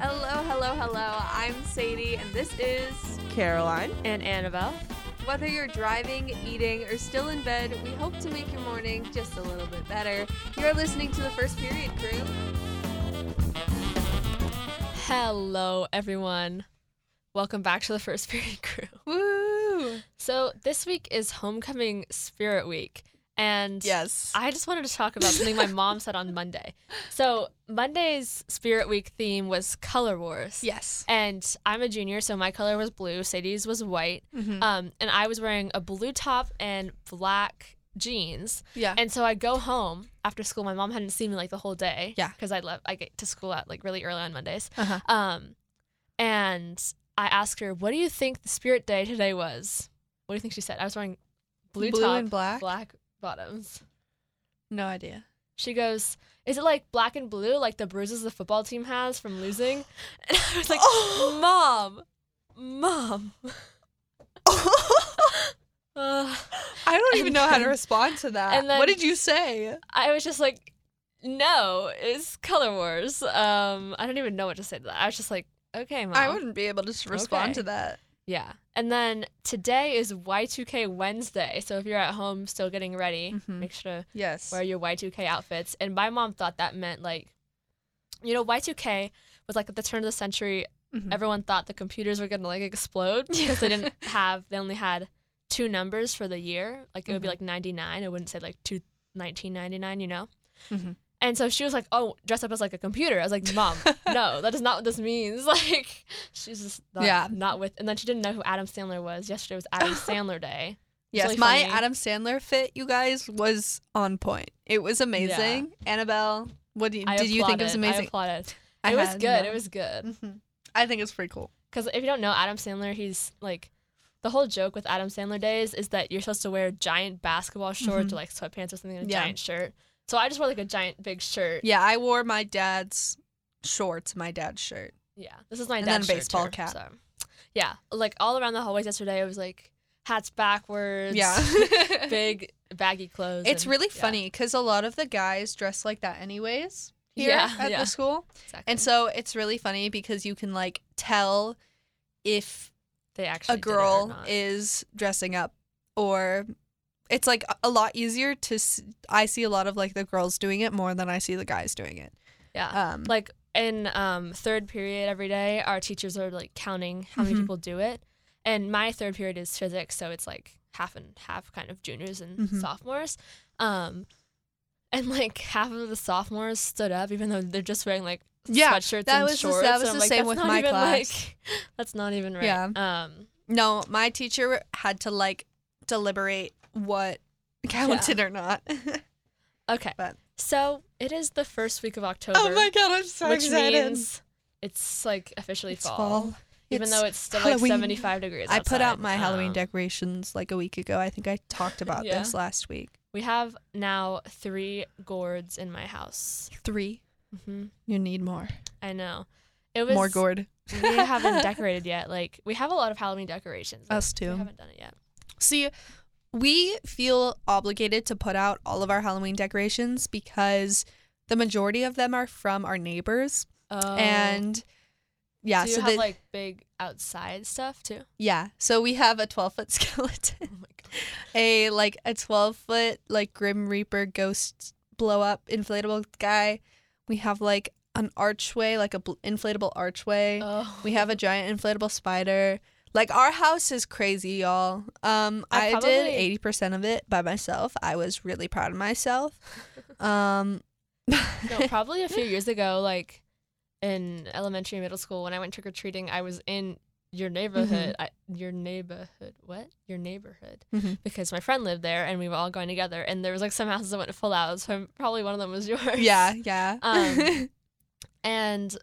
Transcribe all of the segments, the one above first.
Hello, hello, hello. I'm Sadie, and this is Caroline. and Annabelle. Whether you're driving, eating, or still in bed, we hope to make your morning just a little bit better. You're listening to the First Period Crew. Hello, everyone. Welcome back to the First Period Crew. Woo! So, this week is Homecoming Spirit Week. And Yes. I just wanted to talk about something my mom said on Monday. So, Monday's Spirit Week theme was Color Wars. yes. And I'm a junior, so my color was blue. Sadie's was white. Mm-hmm. Uh, Um, and I was wearing a blue top and black jeans. yeah. And so I go home after school. My mom hadn't seen me like the whole day. Yeah. Because I left. I get to school at like really early on Mondays. Uh-huh. Um, and I asked her, "What do you think the spirit day today was?" What do you think she said? I was wearing blue, Blue top, and black? black bottoms. no idea. She goes, "Is it like black and blue, like the bruises the football team has from losing?" And I was like, Oh. "Mom, mom." Ugh. I don't And even know how to then- respond to that. and then- what did you say? I was just like, no, it's Color Wars. Um, I don't even know what to say to that. I was just like, okay, mom. I wouldn't be able to s- respond Okay. to that. Yeah. And then today is Y2K Wednesday. So if you're at home still getting ready, Mhm. make sure to Yes. wear your Y2K outfits. And my mom thought that meant like, you know, Y2K was like at the turn of the century, Mhm. everyone thought the computers were going to like explode because they didn't have, they only had two numbers for the year. Like it would be Mhm. like 99. It wouldn't say like two, 1999, you know? Mhm. And so she was like, "Oh, dress up as like a computer." I was like, "Mom, no, that is not what this means." Like, she's just not, Yeah. not with. And then she didn't know who Adam Sandler was. Yesterday was Adam Sandler Day. Yes, really my funny. Adam Sandler fit, you guys, was on point. It was amazing. Annabelle, what do you, I did you think it was applauded. amazing? I applauded. I it was had good. no- It was good. Mhm. I think it's pretty cool. Because if you don't know Adam Sandler, he's like, the whole joke with Adam Sandler days is that you're supposed to wear giant basketball shorts or like sweatpants or something and a Mm-hmm. Yeah. giant shirt. So I just wore like a giant big shirt. Yeah, I wore my dad's shorts, my dad's shirt. Yeah, this is my And dad's then a shirt baseball too, cap. so. Yeah, like all around the hallways yesterday, it was like hats backwards. Yeah. big baggy clothes. It's and- really yeah, funny because a lot of the guys dress like that anyways here Yeah, at yeah. the school. exactly. And so it's really funny because you can like tell if they actually a girl is is dressing up or it's like a- a lot easier to s I I see a lot of like the girls doing it more than I see the guys doing it. yeah. Um like in um, third period every day, our teachers are like counting how many Mhm. people do it, and my third period is physics, so it's like half and half kind of juniors and Mhm. sophomores. Um, and like half of the sophomores stood up, even though they're just wearing like yeah. sweatshirts that and was the- shorts. that was and I'm the like, same that's with not my even, class. Like, that's not even right. Yeah. Um, No, my teacher had to like deliberate what counted or not. okay. But- So it is the first week of October. oh my god, I'm so which excited. means it's like officially It's fall, fall. even It's though it's still Halloween. like 75 degrees. I put out outside. my Halloween Um, decorations like a week ago. I think I talked about Yeah. this last week. We have now three gourds in my house. Three. hmm You need more. I know. It was more gourd. we haven't decorated yet. Like we have a lot of Halloween decorations. but Us We too. haven't done it yet. See, we feel obligated to put out all of our Halloween decorations because the majority of them are from our neighbors. Oh. And yeah, do you so have that like big outside stuff too? yeah, so we have a 12 foot Oh skeleton, my god. a like a 12 foot like Grim Reaper ghost blow up inflatable guy. We have like an archway, like a bl- inflatable archway. Oh. We have a giant inflatable spider. Like our house is crazy, y'all. Um, I I, did probably- eighty percent of it by myself. I was really proud of myself. Oh. Um, No, probably a few years ago, like in elementary and middle school, when I went trick or treating, I was in your Mm-hmm. neighborhood. I, your neighborhood, what? Your neighborhood, Mhm. because my friend lived there, and we were all going together. And there was like some houses that went full out, so I'm- probably one of them was yours. yeah, yeah. Um, And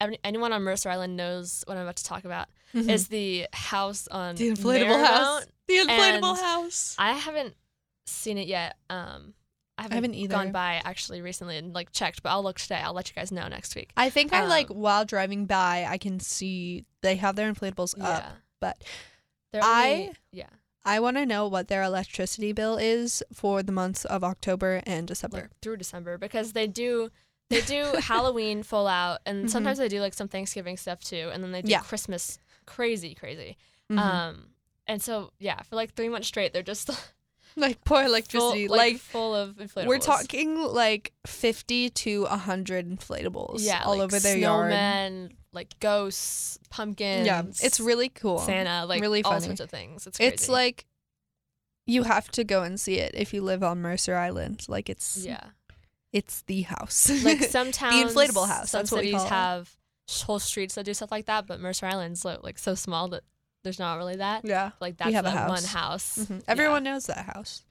every, anyone on Mercer Island knows what I'm about to talk about Mhm. is the house on the inflatable house? Marymount. The inflatable and house. I haven't seen it yet. Um, I haven't, haven't either. gone by actually recently and like checked, but I'll look today. I'll let you guys know next week. I think I like um, while driving by, I can see they have their inflatables up. But They're I- only- yeah, I want to know what their electricity bill is for the months of October and December. like through December because they do They do Halloween full out, and sometimes they do like some Thanksgiving stuff too, and then they do Mm-hmm. Yeah. Christmas crazy, crazy. Mhm. Um, and so yeah, for like three months straight, they're just like poor full, electricity. like, like full of inflatables. we're talking like fifty to hundred inflatables. yeah, all like over their yard. snowmen, like ghosts, pumpkins. Yeah, it's really cool. Santa, like really all funny. sorts of things. It's crazy. It's like you have to go and see it if you live on Mercer Island. Like it's yeah, it's the house. like some towns, inflatable house, Some that's what we cities call it. have whole streets that do stuff like that, but Mercer Island's like, like so small that there's not really that. yeah. Like that's have a that one house. house. Mhm. Yeah. Everyone knows that house.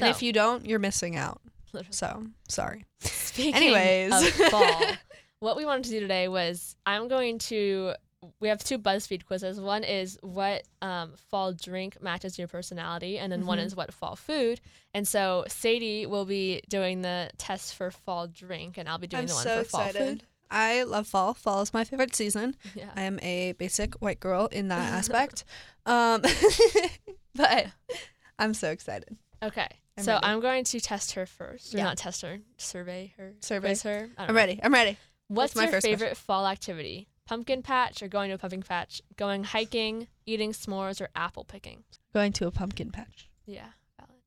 and if So- you don't, you're missing out. Literally. So sorry. Speaking Anyways. of fall, what we wanted to do today was I'm going to. We have two BuzzFeed quizzes. One is what um, fall drink matches your personality, and then one Mhm. is what fall food. And so Sadie will be doing the test for fall drink, and I'll be doing the one for fall food. I love fall. Fall is my favorite season. Yeah. I am a basic white girl in that aspect. Um, but I'm so excited. Okay. I'm so ready. I'm going to test her first. Or Yeah. not test her. Survey her. Survey. quiz her. I don't I'm know. ready. I'm ready. What's my your first question. favorite fall activity? Pumpkin patch or going to a pumpkin patch? Going hiking, eating s'mores, or apple picking? Going to a pumpkin patch. Yeah, valid.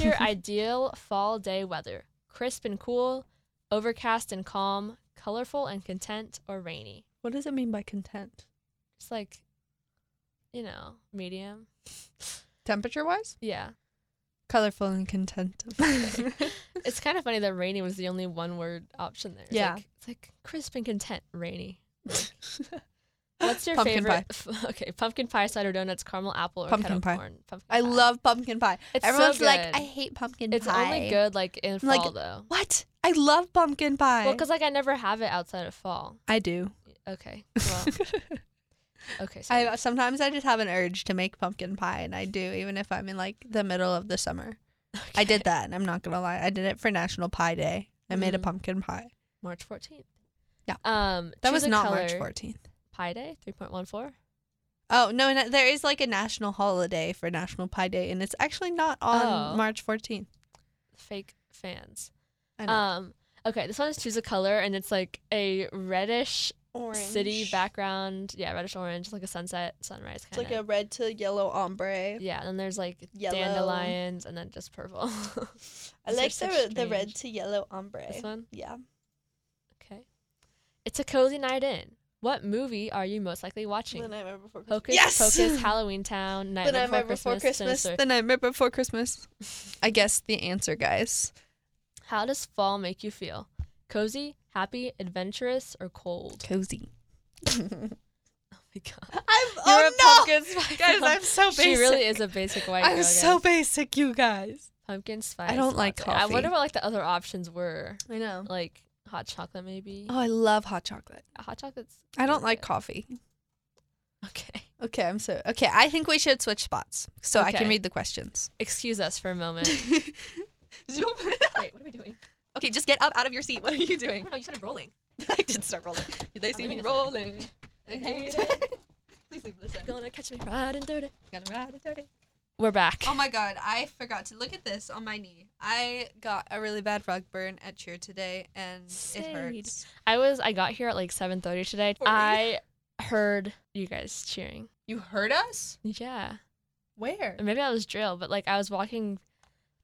your ideal fall day weather? Crisp and cool, overcast and calm, colorful and content, or rainy? What does it mean by content? It's like, you know, medium. Temperature wise? Yeah. Colorful and content. It's kind of funny that rainy was the only one word option there. It's Yeah. Like, it's like crisp and content, rainy. What's your Pumpkin favorite? okay, pumpkin pie, cider donuts, caramel apple, or Pumpkin kettle pie. corn. Pumpkin I pie. love pumpkin pie. It's so Everyone's good. like, I hate pumpkin It's pie. only good like in fall Like, though. What? I love pumpkin pie. Well, because like I never have it outside of fall. I do. Okay. Well. okay. So I sometimes I just have an urge to make pumpkin pie, and I do even if I'm in like the middle of the summer. I did that, and I'm not gonna lie. I did it for National Pie Day. I made a Mhm. pumpkin pie. March 14th. Yeah. Um. That choose was a not color. March 14th. Pi Day 3.14. Oh no, no, there is like a national holiday for National Pie Day, and it's actually not on Oh. March 14th. Fake fans. I know. Um. Okay. This one is choose a color, and it's like a reddish orange city background. Yeah, reddish orange, like a sunset, sunrise It's kind of. like a red to yellow ombre. yeah, and then there's like Yellow. dandelions, and then just purple. I These are like so the the strange. red to yellow ombre. This one. Yeah. Okay. It's a cozy night in. What movie are you most likely The watching? nightmare before Christmas. Hocus yes! Pocus, Halloween Town, Night the nightmare before Christmas. Sinister. The nightmare before Christmas. I guess the answer, guys. How does fall make you feel? Cozy, happy, adventurous, or cold? Cozy. I'm Oh my god. oh no, pumpkin spice. guys. I'm so basic. she really is a basic white girl. I'm so guys. basic, you guys. pumpkin spice. don't like latte. I wonder coffee. what like the other options were. I know. Like hot chocolate maybe. Oh, I love hot chocolate. Hot chocolate's I don't really like good. coffee. Okay. Okay, I'm so okay. I think we should switch spots so I Okay. can read the questions. Excuse us for a moment. Wait, what are we doing? okay, just get up out of your seat. What are you doing? No, you started rolling. I did start rolling. They see me rolling. Okay. Please leave this in. Gonna catch me riding dirty. Um, Gotta ride it dirty. We're back. Oh my god, I forgot to look at this on my knee. I got a really bad rug burn at cheer today and it Sade. hurts. I was I got here at like 7:30 today. Sorry. I heard you guys cheering. You hurt us? Yeah. Where? Maybe I was drill, but like I was walking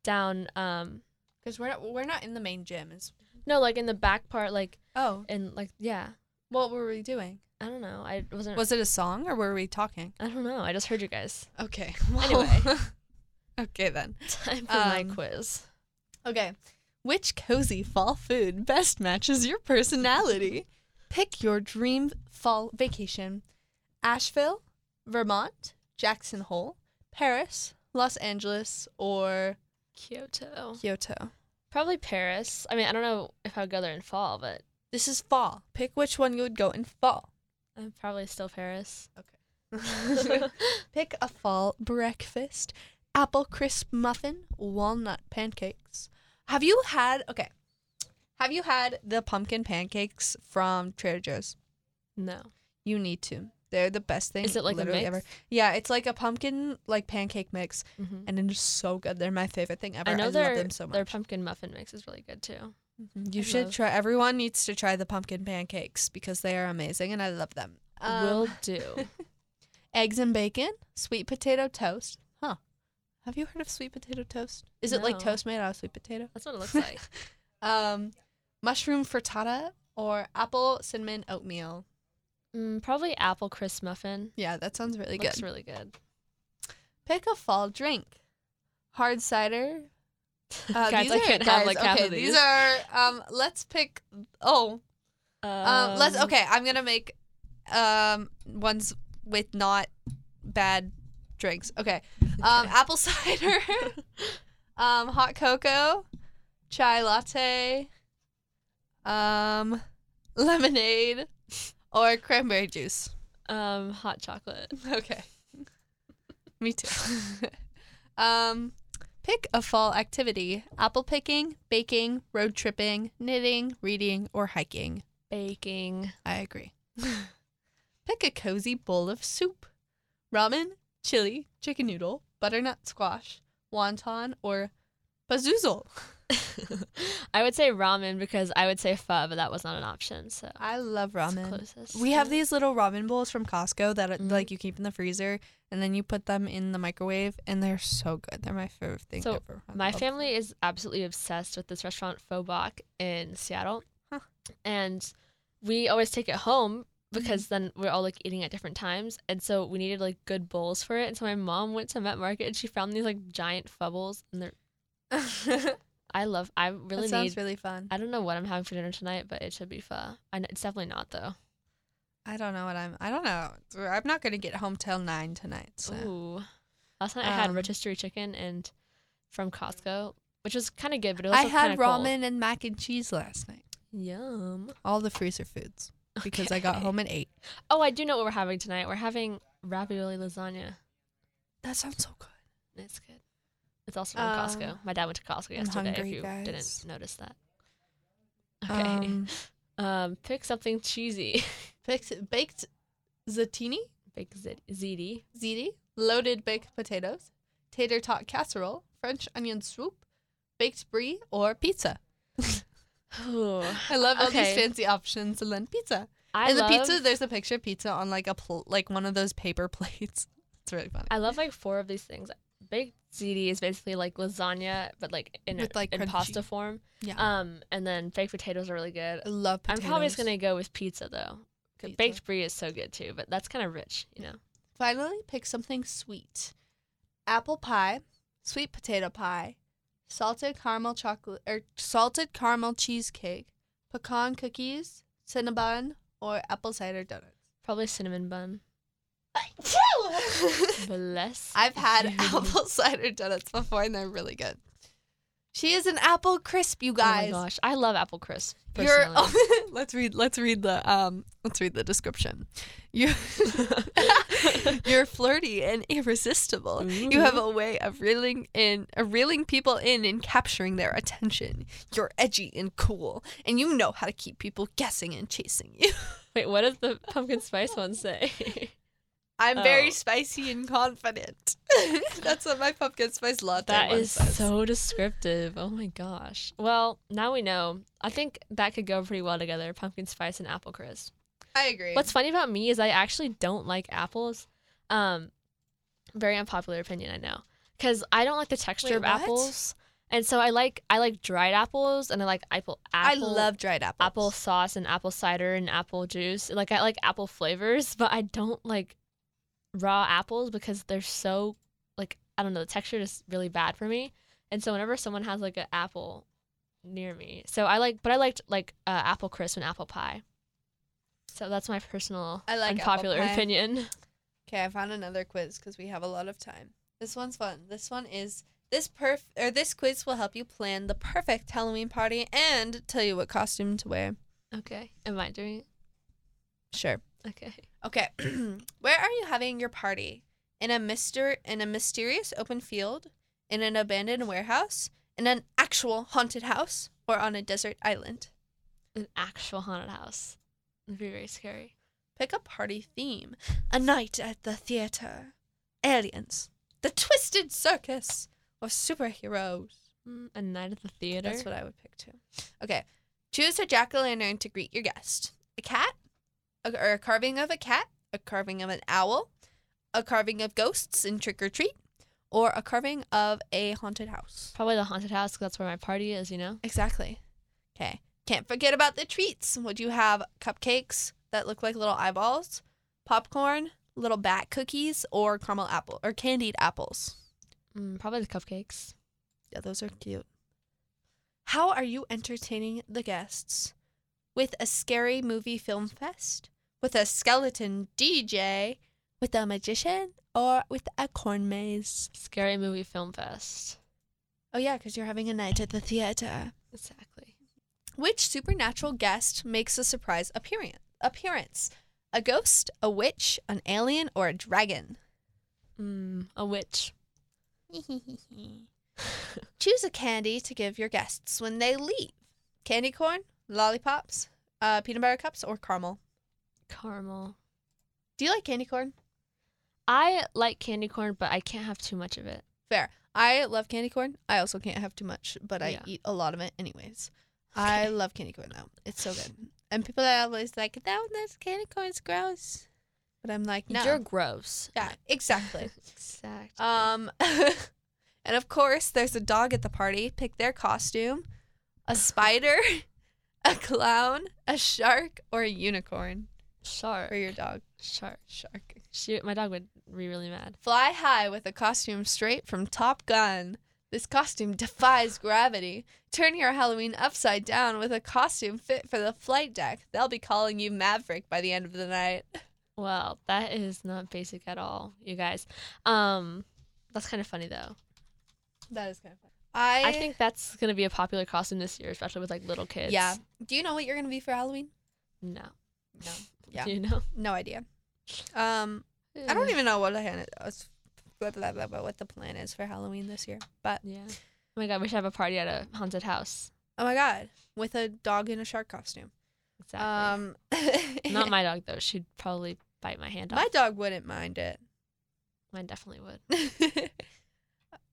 down um Because we're not we're not in the main gym. Is no, like in the back part like oh, and like yeah. what were we doing? I don't know. I wasn't Was it a song or were we talking? I don't know. I just heard you guys. Okay. Anyway. okay then. Time for my Um, quiz. Okay. Which cozy fall food best matches your personality? Pick your dream fall vacation. Asheville, Vermont, Jackson Hole, Paris, Los Angeles, or Kyoto. Kyoto. Probably Paris. I mean, I don't know if I would go there in fall, but This is fall. Pick which one you would go in fall. I'm uh, probably still Paris. Pick a fall breakfast. Apple crisp muffin, walnut pancakes. Have you had okay. Have you had the pumpkin pancakes from Trader Joe's? no. You need to. They're the best thing. Is it like a literally mix? Ever. Yeah, it's like a pumpkin like pancake mix, hmm and it is so good. They're my favorite thing ever. I Mm-hmm. I, know love their them so their much. pumpkin muffin mix is really good too. You I should love- try. Everyone needs to try the pumpkin pancakes because they are amazing and I love them. Um, Will do. eggs and bacon, sweet potato toast. Huh. Have you heard of sweet potato toast? Is it like No. toast made out of sweet potato? That's what it looks like. Um, mushroom frittata or apple cinnamon oatmeal. Mm, probably apple crisp muffin. Yeah, that sounds really looks good. really good. Pick a fall drink. Hard cider. Uh, Guys, these I are- can't have, like, half okay, of these these. are um let's pick oh Um, let's Um, okay. I'm gonna make um ones with not bad drinks. Okay. Um, Okay. apple cider, um, hot cocoa, chai latte, um, lemonade, or cranberry juice. Um, hot chocolate. Okay. Me too. um, pick a fall activity: apple picking, baking, road tripping, knitting, reading, or hiking. Baking. I agree. Pick a cozy bowl of soup ramen, chili, chicken noodle, butternut squash, wonton, or bazoozle. I would say ramen because I would say pho, but that was not an option. So I love it's ramen. closest. We have these little ramen bowls from Costco that uh, Mhm. like you keep in the freezer and then you put them in the microwave and they're so good. They're my favorite thing So, ever. I My love family is absolutely obsessed with this restaurant, Fobach, in Seattle. Huh. And we always take it home Mm-hmm. because then we're all like eating at different times. And so we needed like good bowls for it. And so my mom went to Met Market and she found these like giant fubbles. And they're, that I love, I really sounds need, really fun. I don't know what I'm having for dinner tonight, but it should be pho. I know, it's definitely not though. I don't know what I'm. I don't know. I'm not gonna get home till nine tonight. So. Ooh. Last night I had Um, rotisserie chicken and from Costco, which was kind of good, but it was I also had kinda cold. ramen and mac and cheese last night. Yum. all the freezer foods because I got Okay. home at eight. Oh, I do know what we're having tonight. We're having ravioli lasagna. That sounds so good. It's good. It's also from Costco. Um, My dad went to Costco yesterday. hungry, if you guys. didn't notice that. Okay. Um, Um, pick something cheesy. fix- baked zatini, Big z- ziti. ziti, loaded baked potatoes, tater tot casserole, French onion swoop, baked brie, or pizza. Ooh, I love all these Okay. fancy options, and then pizza. I oh. and love, the pizza, there's a picture of pizza on like a pl- like one of those paper plates. It's really funny. I love like four of these things. Baked ziti is basically like lasagna, but like in a- With, like, in pasta crunchy. form. Yeah. Um, and then baked potatoes are really good. I love. I'm Potatoes. probably just gonna go with pizza though. 'Cause Pizza. Baked brie is so good too, but that's kind of rich, you know. Finally, pick something sweet. Apple pie, sweet potato pie, salted caramel chocolate or salted caramel cheesecake, pecan cookies, cinnamon, or apple cider donuts. Probably cinnamon bun. Bless. I've had you. Oh apple cider donuts before and they're really good. She is an apple crisp, you Oh guys. my gosh, I love apple crisp. You're, Personally. let's read let's read the um let's read the description. You You're flirty and irresistible. oh, You Mm-hmm. have a way of reeling in, of reeling people in and capturing their attention. You're edgy and cool, and you know how to keep people guessing and chasing you. Wait, what does the pumpkin spice one say? I'm Oh. very spicy and confident. That's what my pumpkin spice latte that one is says. so descriptive. Oh my gosh. Well, now we know. I think that could go pretty well together, pumpkin spice and apple crisp. I agree. What's funny about me is I actually don't like apples. Um, very unpopular opinion, I know, because I don't like the texture Wait, of what? apples, and so I like I like dried apples, and I like apple. I apple love dried apples. apple sauce and apple cider and apple juice. Like I like apple flavors, but I don't like raw apples because they're so like I don't know, the texture is really bad for me. And so whenever someone has like an apple near me, so I like, but I liked like uh, apple crisp and apple pie. So that's my personal I like apple unpopular pie. opinion. Okay, I found another quiz because we have a lot of time. This one's fun. This one is this perf or this quiz will help you plan the perfect Halloween party and tell you what costume to wear. Okay, am I doing Sure. it? Okay. Okay. Where are you having your party? In a mister in a mysterious open field, in an abandoned warehouse, in an actual haunted house, or on a desert island? An actual haunted house. It'd be very scary. Pick a party theme. A night at the theater, aliens, the twisted circus, or superheroes. Mm, A night at the theater. That's what I would pick too. Okay. Choose a jack o' lantern to greet your guest a cat, a, or a carving of a cat, a carving of an owl, a carving of ghosts in trick or treat, or a carving of a haunted house. Probably the haunted house 'cause that's where my party is. You know. Exactly. Okay. Can't forget about the treats. Would you have cupcakes that look like little eyeballs, popcorn, little bat cookies, or caramel apple or candied apples? Mm, probably the cupcakes. Yeah, those are cute. How are you entertaining the guests? With a scary movie film fest? With a skeleton DJ? With a magician? Or with a corn maze? Scary movie film fest. Oh, yeah, because you're having a night at the theater. Exactly. Which supernatural guest makes a surprise appearance? appearance? A ghost, a witch, an alien, or a dragon? Mm, a witch. Choose a candy to give your guests when they leave candy corn, lollipops, uh, peanut butter cups, or caramel. Caramel. Do you like candy corn? I like candy corn, but I can't have too much of it. Fair. I love candy corn. I also can't have too much, but I Yeah. eat a lot of it anyways. I love candy corn though. It's so good. And people are always like, that that's candy corn's gross. But I'm like, no. You're gross. Uh, yeah, exactly. Exactly. Um, and of course, there's a dog at the party. Pick their costume: a spider, a clown, a shark, or a unicorn shark. for your dog. Shark. Shark. She, my dog would be really mad. Fly high with a costume straight from Top Gun. This costume defies gravity. Turn your Halloween upside down with a costume fit for the flight deck. They'll be calling you Maverick by the end of the night. Well, that is not basic at all, you guys. Um, that's kind of funny though. That is kind of fun. I, I think that's gonna be a popular costume this year, especially with like little kids. yeah. Do you know what you're gonna be for Halloween? No. No. Yeah. You know. No idea. Um, I don't Ugh. even know what the hand is, uh, blah, blah, blah, blah, what the plan is for Halloween this year. But Yeah. Oh my god, we should have a party at a haunted house. oh my god, with a dog in a shark costume. Exactly. Um, not my dog though. She'd probably bite my hand off. my dog wouldn't mind it. Mine definitely would.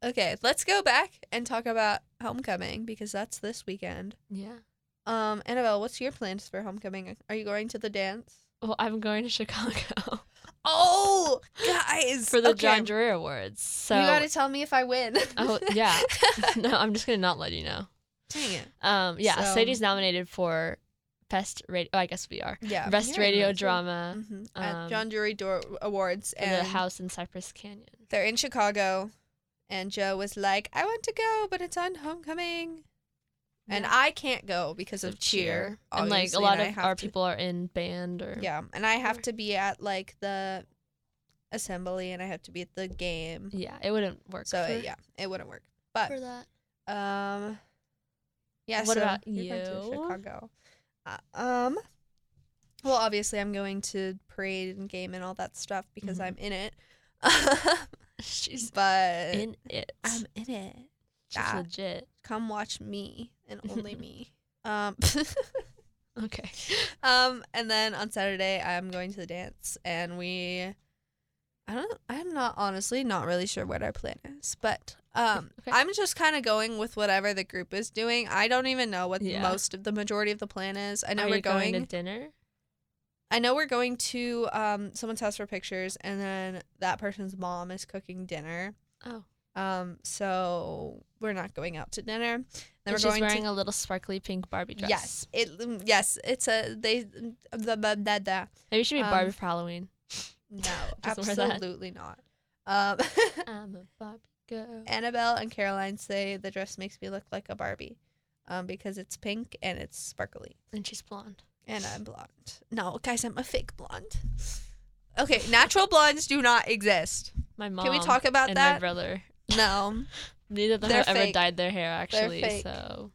okay, let's go back and talk about homecoming because that's this weekend. Yeah. Um, Annabelle, what's your plans for homecoming? Are you going to the dance? Well, I'm going to Chicago Oh, guys, for the okay. John Dreer Awards. So you gotta tell me if I win. Oh, yeah. no, I'm just gonna not let you know. dang it. Um, yeah, So- Sadie's nominated for best radio. Oh, I guess we are Yeah, best you're in radio that, too. drama hmm At um, John Jury Door Awards for the Mm-hmm. and house in Cypress Canyon. they're in Chicago, and Joe was like, "I want to go, but it's on homecoming, and Yeah. I can't go because So of cheer." and like a obviously, lot and I of have our to- people are in band or Yeah, and I have Sure. to be at like the assembly, and I have to be at the game. yeah, it wouldn't work. So for, yeah, it wouldn't work. But for that. um, yeah. What so about you're going to you? Chicago. Uh, um, well, obviously I'm going to parade and game and all that stuff because Mhm. I'm in it. She's but in it. I'm in it. She's that. legit. come watch me and only me. Um, Okay. um, and then on Saturday I'm going to the dance, and we, I don't, I'm not honestly not really sure what our plan is, but um, Okay. I'm just kind of going with whatever the group is doing. I don't even know what Yeah. most of the majority of the plan is. I know Are we're you going, going. to dinner. I know we're going to um someone's house for pictures, and then that person's mom is cooking dinner. Oh, Um, so we're not going out to dinner. Then and we're she's going to wearing a little sparkly pink Barbie dress. Yes, it. mm, Yes, it's a they. mm, The, the, the, the. maybe she should be Um, Barbie for Halloween. No, Just wear that. absolutely not. Um, I'm a Barbie girl. Annabelle and Caroline say the dress makes me look like a Barbie, um, because it's pink and it's sparkly, And she's blonde. and I'm blonde. No, guys, I'm a fake blonde. Okay, natural blondes do not exist. My mom. Can we talk about and my that? brother. No, Neither of them They're have ever fake. dyed their hair, actually. fake. So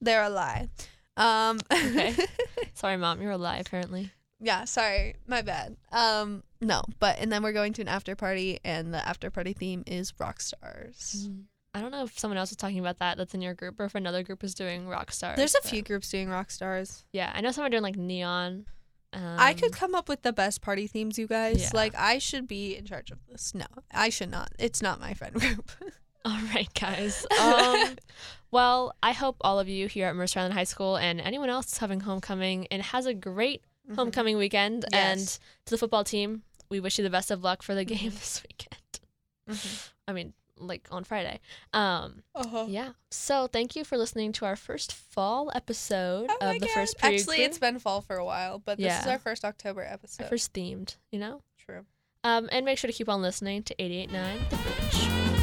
they're a lie. Um, Okay. sorry, mom, you're a lie. Apparently, yeah, sorry, my bad. Um, no, but and then we're going to an after party, and the after party theme is rock stars. I don't know if someone else was talking about that. That's in your group, or if another group is doing rock stars. There's a but- few groups doing rock stars. Yeah, I know someone doing like neon. Um, I could come up with the best party themes, you guys. Yeah. Like I should be in charge of this. No, I should not. It's not my friend group. All right, guys. Um, well, I hope all of you here at Mercer Island High School and anyone else having homecoming and has a great homecoming weekend. And Mm-hmm. Yes. Mm-hmm. to the football team, we wish you the best of luck for the game this weekend. I mean, like on Friday. Um, Uh-huh. yeah. So thank you for listening to our first fall episode Oh my of the God. first period. Actually, group. it's been fall for a while, but this is Yeah. our first October episode. our first themed, you know. True. Um, and make sure to keep on listening to 88.9 The Bridge.